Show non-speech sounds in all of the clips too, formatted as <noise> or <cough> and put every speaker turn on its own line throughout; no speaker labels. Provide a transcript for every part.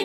イ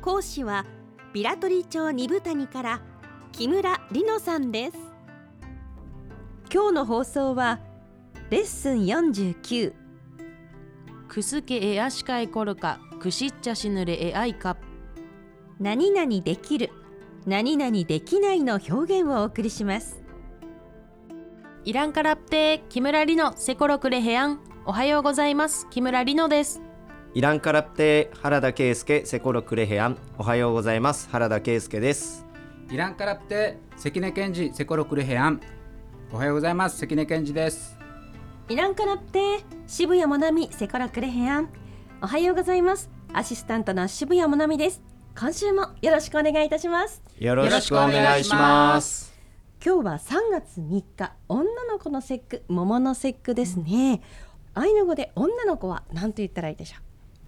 講師はビラトリ町二部谷から木村里乃さんです今日の放送はレッスン49
くすけえあしかいころかくしっちゃしぬれえあいか
何々できる何々できないの表現をお送りします
いらんからって木村里乃せころくれへやんおはようございます木村里乃です
イランカラプテ原田圭介セコロクレヘアンおはようございます原田圭介です
イランカラプテ関根健二セコロクレヘアンおはようございます関根健二です
イランからって渋谷もなみセコラクレヘアンおはようございますアシスタントの渋谷もなみです今週もよろしくお願いいたします
よ
ろしくお願いします
今日は3月3日女の子の節句桃の節句ですね、アイヌ語で女の子は何と言ったらいいでしょ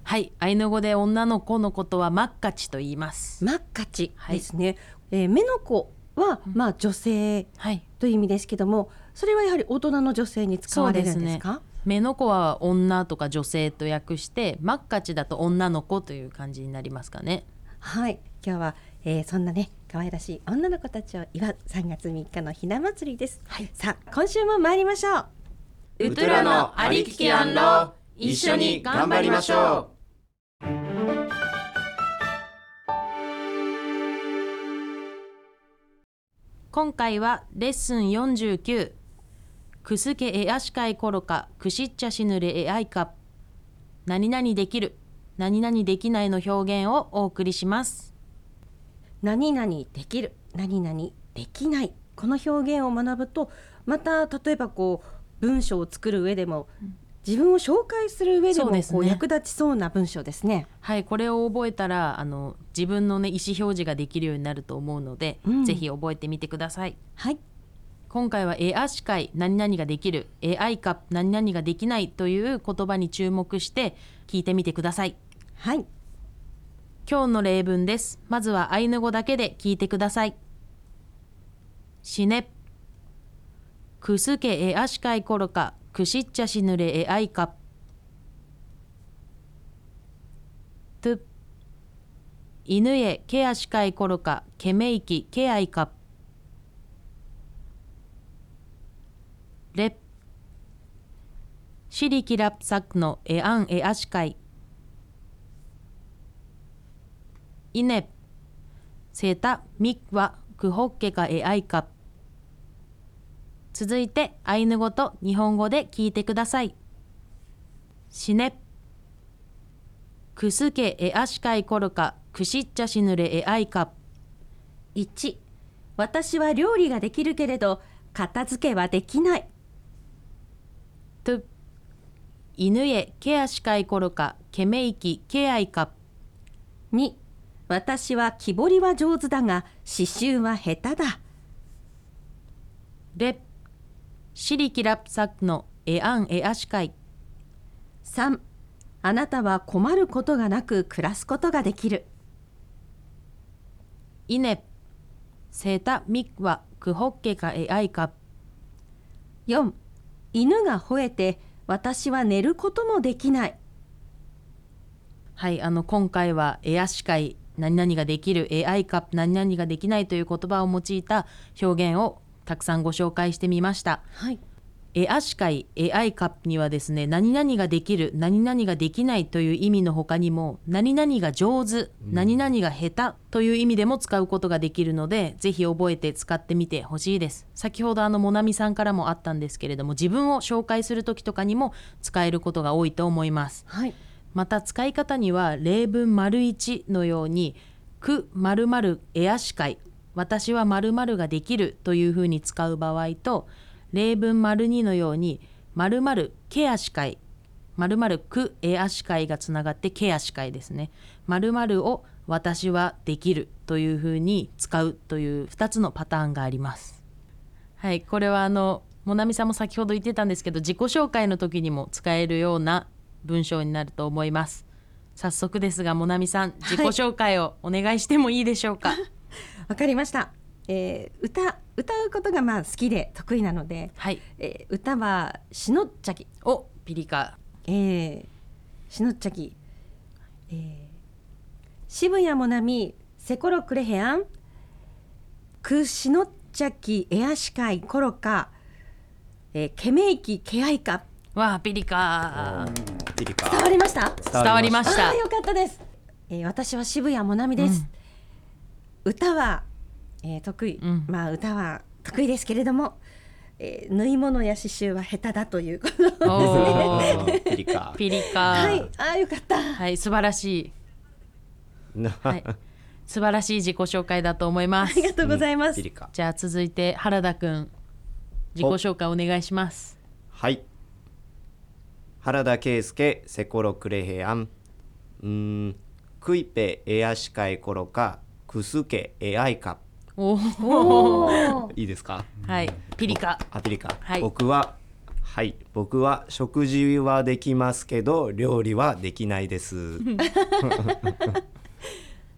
はいアイヌ語で女の子のことはマッカチと言います
うマッカチですね、えー目の子は、まあ女性
はい
という意味ですけどもそれはやはり大人の女性に使われるんですか
目の子は女とか女性と訳してマッカチだと女の子という感じになりますかね
はい今日は、えーそんなね可愛らしい女の子たちを祝う3月3日のひな祭りです、さあ今週も参りましょう
ウ
トゥラのありききあんろ一緒に頑張りましょ
今回はレッスン49くすけえあしかいころかくしっちゃしぬれえあいか何々できる何々できないの表現をお送りします
何々できる何々できないこの表現を学ぶとまた例えばこう文章を作る上でも、自分を紹介する上でも
そうですね
こう役立ちそうな文章ですね。
はいこれを覚えたらあの自分のね意思表示ができるようになると思うので、
うん
ぜひ覚えてみてください
はい、
今回は「えあしかい何々ができる」「えあいか何々ができない」という言葉に注目して聞いてみてください
はい、
今日の例文ですまずはアイヌ語だけで聞いてください死ねくすけえあしかいころかくしっちゃしぬれえあいかとぅ犬へけあしかいころかけめいきけあいかれっしりきらっさくのえあんえあしかいイネセタミクワクホッケかエアイカ続いてアイヌ語と日本語で聞いてください死ねくすけえあしかいころかくしっちゃしぬれえあいか
1私は料理ができるけれど片付けはできない
と犬へけあしかいころかけめいきけあいか
2私は木彫りは上手だが刺繍は下手だ
れしりきらっさくのえあんえあしかい
3あなたは困ることがなく暮らすことができる
イネセタミクワクホッケかえあいか
4犬が吠えて私は寝ることもできない
はい、あの今回はエア司会何々ができる AI カップ何々ができないという言葉を用いた表現をたくさんご紹介してみました。
はい
エア司会 AI カップにはですね何々ができる何々ができないという意味の他にも何々が上手何々が下手という意味でも使うことができるのでぜひ覚えて使ってみてほしいです先ほどあのモナミさんからもあったんですけれども自分を紹介する時とかにも使えることが多いと思います
はい
また使い方には例文丸一のように「くまるまるエア司会」「私はまるまるができる」というふうに使う場合と例文丸二のように「まるまるケア司会」 〇〇くえ足会がつながってけ足会ですね〇〇を私はできるというふうに使うという2つのパターンがありますはいこれはあのもなみさんも先ほど言ってたんですけど自己紹介の時にも使えるような文章になると思います早速ですがもなみさん自己紹介をお願いしてもいいでしょうか
わかりました、えー歌歌うことがまあ好きで得意なので、
はい
えー歌はしのっちゃき、
おピリカ
えーしのっちゃき、えー渋谷もなみセコロクレヘアンくしのっちゃきエアシカイコロカ、えー、けめいきけあいか
わあピリカ
ピリカ
伝わりました
伝わりま
た
した
あーよかったです、えー私は渋谷もなみです、歌は、えー得意、
ん
まあ歌は得意ですけれども、えー縫い物や刺繍は下手だということ
お
お
ー
ーピリカ
ピリカ
はいあーよかった
はい、素晴らしい、
な
はい、素晴らしい自己紹介だと思いま
あ
す
りがとうございます、
ピリカ
じゃあ続いて原田くん自己紹介お願いします
はい原田圭介セコロクレヘアンうーんクイペエアシカイコロカクスケエアイカ
おお
いいですか
はいピリカ
あピリカ、
はい
僕ははい僕は食事はできますけど料理はできないです
<laughs>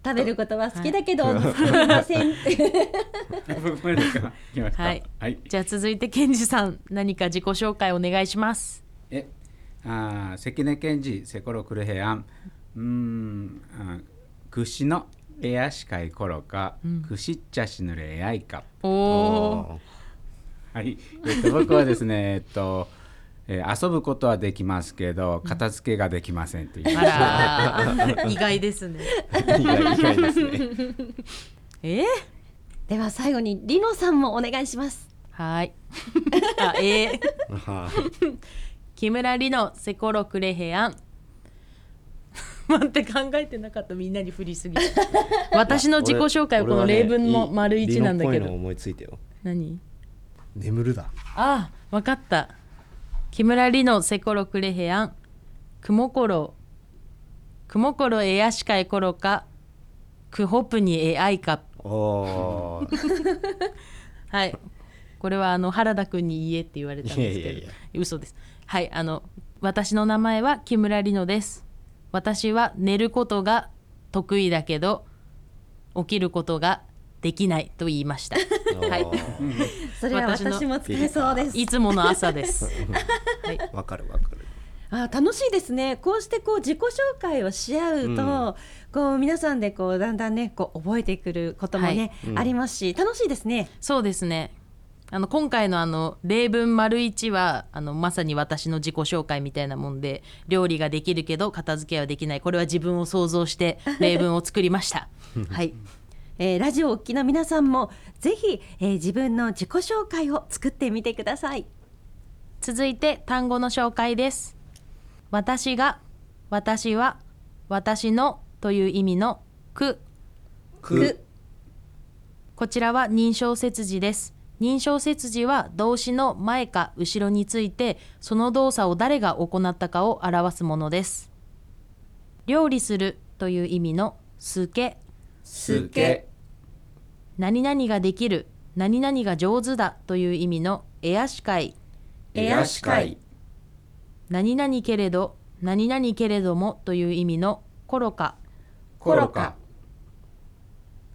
食べることは好きだけど、作れません <laughs> って
僕もですか来ました
はい
はい
じゃあ続いてケンジさん何か自己紹介お願いします
え、あー関根健治セコロクルヘアン、うーん、あ串のエアシカイコロカ、串っちゃしぬれエアイカ。
お
う
お
ん
はい、えっと、僕はですね、 <laughs> えっと、えー遊ぶことはできますけど、片付けができませんという。
あら <laughs> ー意外ですね
意外意外ですね
<laughs> えー、
では最後にリノさんもお願いします
はいあえー、
はい
木村里乃セコロクレヘアン <laughs> 待って考えてなかったみんなに振りすぎ <laughs> て私の自己紹介はこの例文の丸一なんだけ
俺
ど、
はねいいリノっぽいの思いついたよ
何
眠るだ
ああ分かった木村里乃セコロクレヘアン雲コロ雲コロエアシカエコロカクホプニエアイカ
おー
はいこれはあの原田君に言えって言われたんですけど
いやいやいや
嘘ですはいあの私の名前は木村里乃です私は寝ることが得意だけど起きることができないと言いましたはい
おー
それは
私の
私も使えそうです
いつもの朝
<laughs>
です
<laughs> わかるわかる
あ楽しいですねこうしてこう自己紹介をし合うと、こう皆さんでこうだんだんねこう覚えてくることもね、ありますし楽しいですね
そうですねあの今回のあの例文丸一はあのまさに私の自己紹介みたいなもんで料理ができるけど片付けはできないこれは自分を想像して例文を作りましたはい
えーラジオお聞きの皆さんもぜひ、えー自分の自己紹介を作ってみてください
続いて単語の紹介です私が私は私のという意味のく
く
こちらは認証切字です認証切字は動詞の前か後ろについてその動作を誰が行ったかを表すものです料理するという意味のすけ
すけ、
何々ができる何々が上手だという意味のエアシカイ
エアシカイ、
何々けれど何々けれどもという意味のコロカ
コロカ、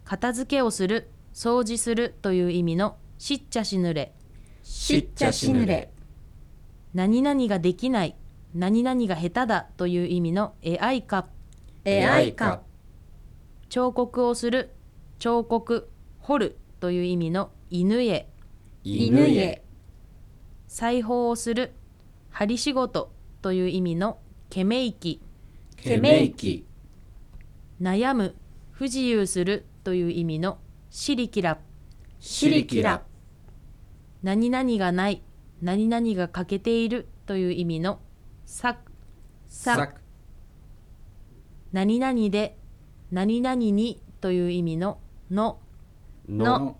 片付けをする掃除するという意味のしっちゃしぬれ
しっちゃしぬれ
何々ができない何々が下手だという意味のえあいか
えあいか
彫刻をする彫刻掘るという意味の犬へ
犬へ
裁縫をする針仕事という意味のけめいき
けめいき、
悩む不自由するという意味のしりきら
しりきら、
何々がない何々が欠けているという意味のさ
さく、
何々で何々にという意味のの
の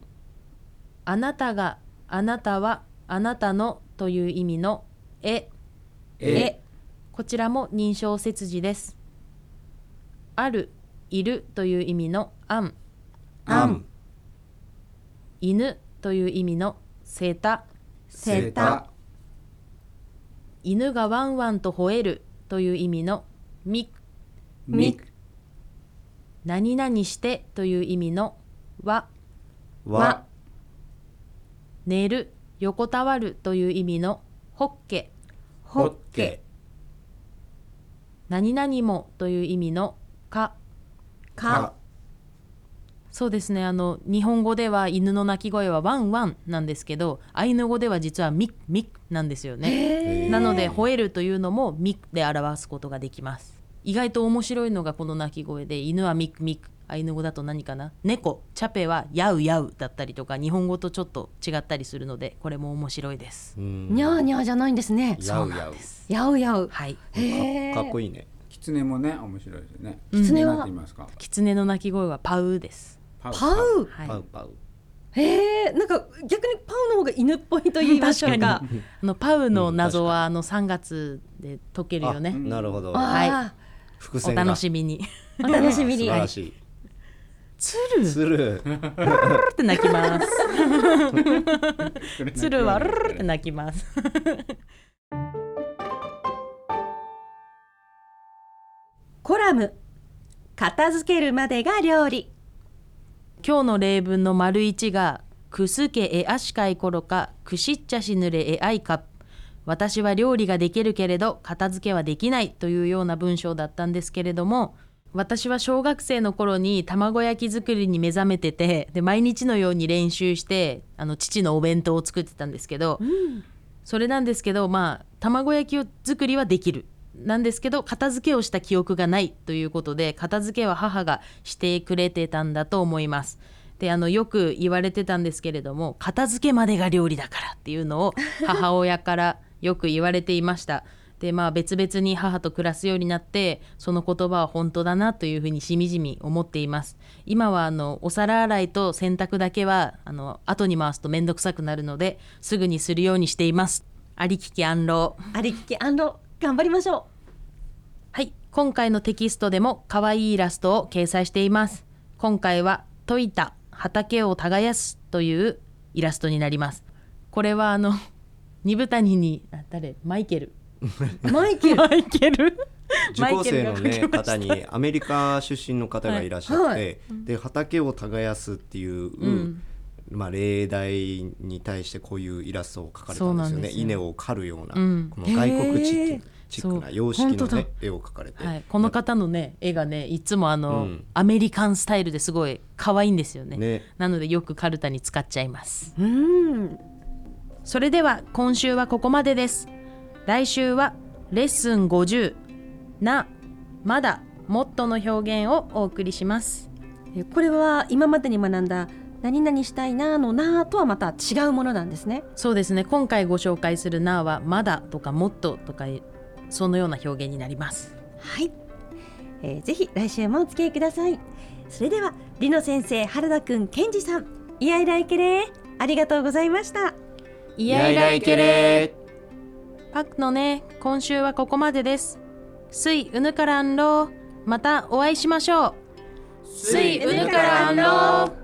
あなたがあなたはあなたのという意味のえ
え、
ここちらも認証節字です。ある、いるという意味のあん、
あん
ん
犬という意味のせた、
セタ
犬がワンワンと吠えるという意味のみ、
み
何々してという意味のわ、
わ
寝る、横たわるという意味のほっけ、
ほっけ
何々もという意味のか、
か
そうですねあの日本語では犬の鳴き声はワンワンなんですけどアイヌ語では実はミッミッなんですよね、
へー
なので吠えるというのもミッで表すことができます意外と面白いのがこの鳴き声で犬はミッミッアイヌ語だと何かな猫チャペはヤウヤウだったりとか日本語とちょっと違ったりするのでこれも面白いです
うん
にゃーにゃーじゃないんですね
やうやう
やうやう
はい
へ
かっ
え
こいいね
キツネもね面白いですよね。
キツネは
なんて言いますか。
狐の鳴き声はパウです
パ
パウ
はい
パウパウ
へえんか逆にパウの方が犬っぽいと言いましょうか
あのパウの謎
うん確か
はあの3月で解けるよ
あ
ね
なるほど
はい
あ
伏
お
線が
楽しみに <laughs>
ーお楽しみに
素晴らし
つ
い
る
鶴
って泣きます。
ウ
鶴はルルルって泣きます。
コラム片付けるまでが料理
今日の例文の丸一が、くすけえあしかいころか、くしっちゃしぬれえあいか。私は料理ができるけれど、片付けはできないというような文章だったんですけれども、私は小学生の頃に卵焼き作りに目覚めててで毎日のように練習してあの父のお弁当を作ってたんですけど、それなんですけどまあ卵焼きを作りはできるなんですけど片付けをした記憶がないということで片付けは母がしてくれてたんだと思います。であのよく言われてたんですけれども片付けまでが料理だからっていうのを母親からよく言われていました。でまあ別々に母と暮らすようになってその言葉は本当だなというふうにしみじみ思っています今はあのお皿洗いと洗濯だけはあの後に回すと面倒くさくなるのですぐにするようにしていますありきき安老
ありきき安老頑張りましょ
はい今回のテキストでも可愛いイラストを掲載しています今回は「といた畑を耕す」というイラストになりますこれはあの <laughs> 二部谷にあ誰マイケ
<laughs>
ル
うマイケル
マイケル
受講生の、ね、
マイケルが書きました
方にアメリカ出身の方がいらっしゃって、
はいはい
で畑を耕すっていう、
ん
まあ、例題に対してこういうイラストを描かれた
そうん
で
な
すよ
ん
ね
ですよ
稲を刈るような、
うん
この外国チッ
へー
クチックな
そう
様式
本当
の、
だ
ね、絵を描かれて、
はい、この方のね絵がねいつもあの、
うん
アメリカンスタイルですごい可愛いんですよね
ね
なのでよくカルタに使っちゃいます
うん
それでは今週はここまでです来週はレッスン50なまだもっとの表現をお送りします
えこれは今までに学んだ何々したいなーのなーとはまた違うものなんですね
そうですね今回ご紹介するなはまだとかもっととかそのような表現になります
はい、えーぜひ来週もお付き合いくださいそれではりの先生原田くんけんじさんいやいらいけれありがとうございました
イ
イライライケレ
パクのね今週はここまでです水うぬからんろうまたお会いしましょう水
うぬからんろ
う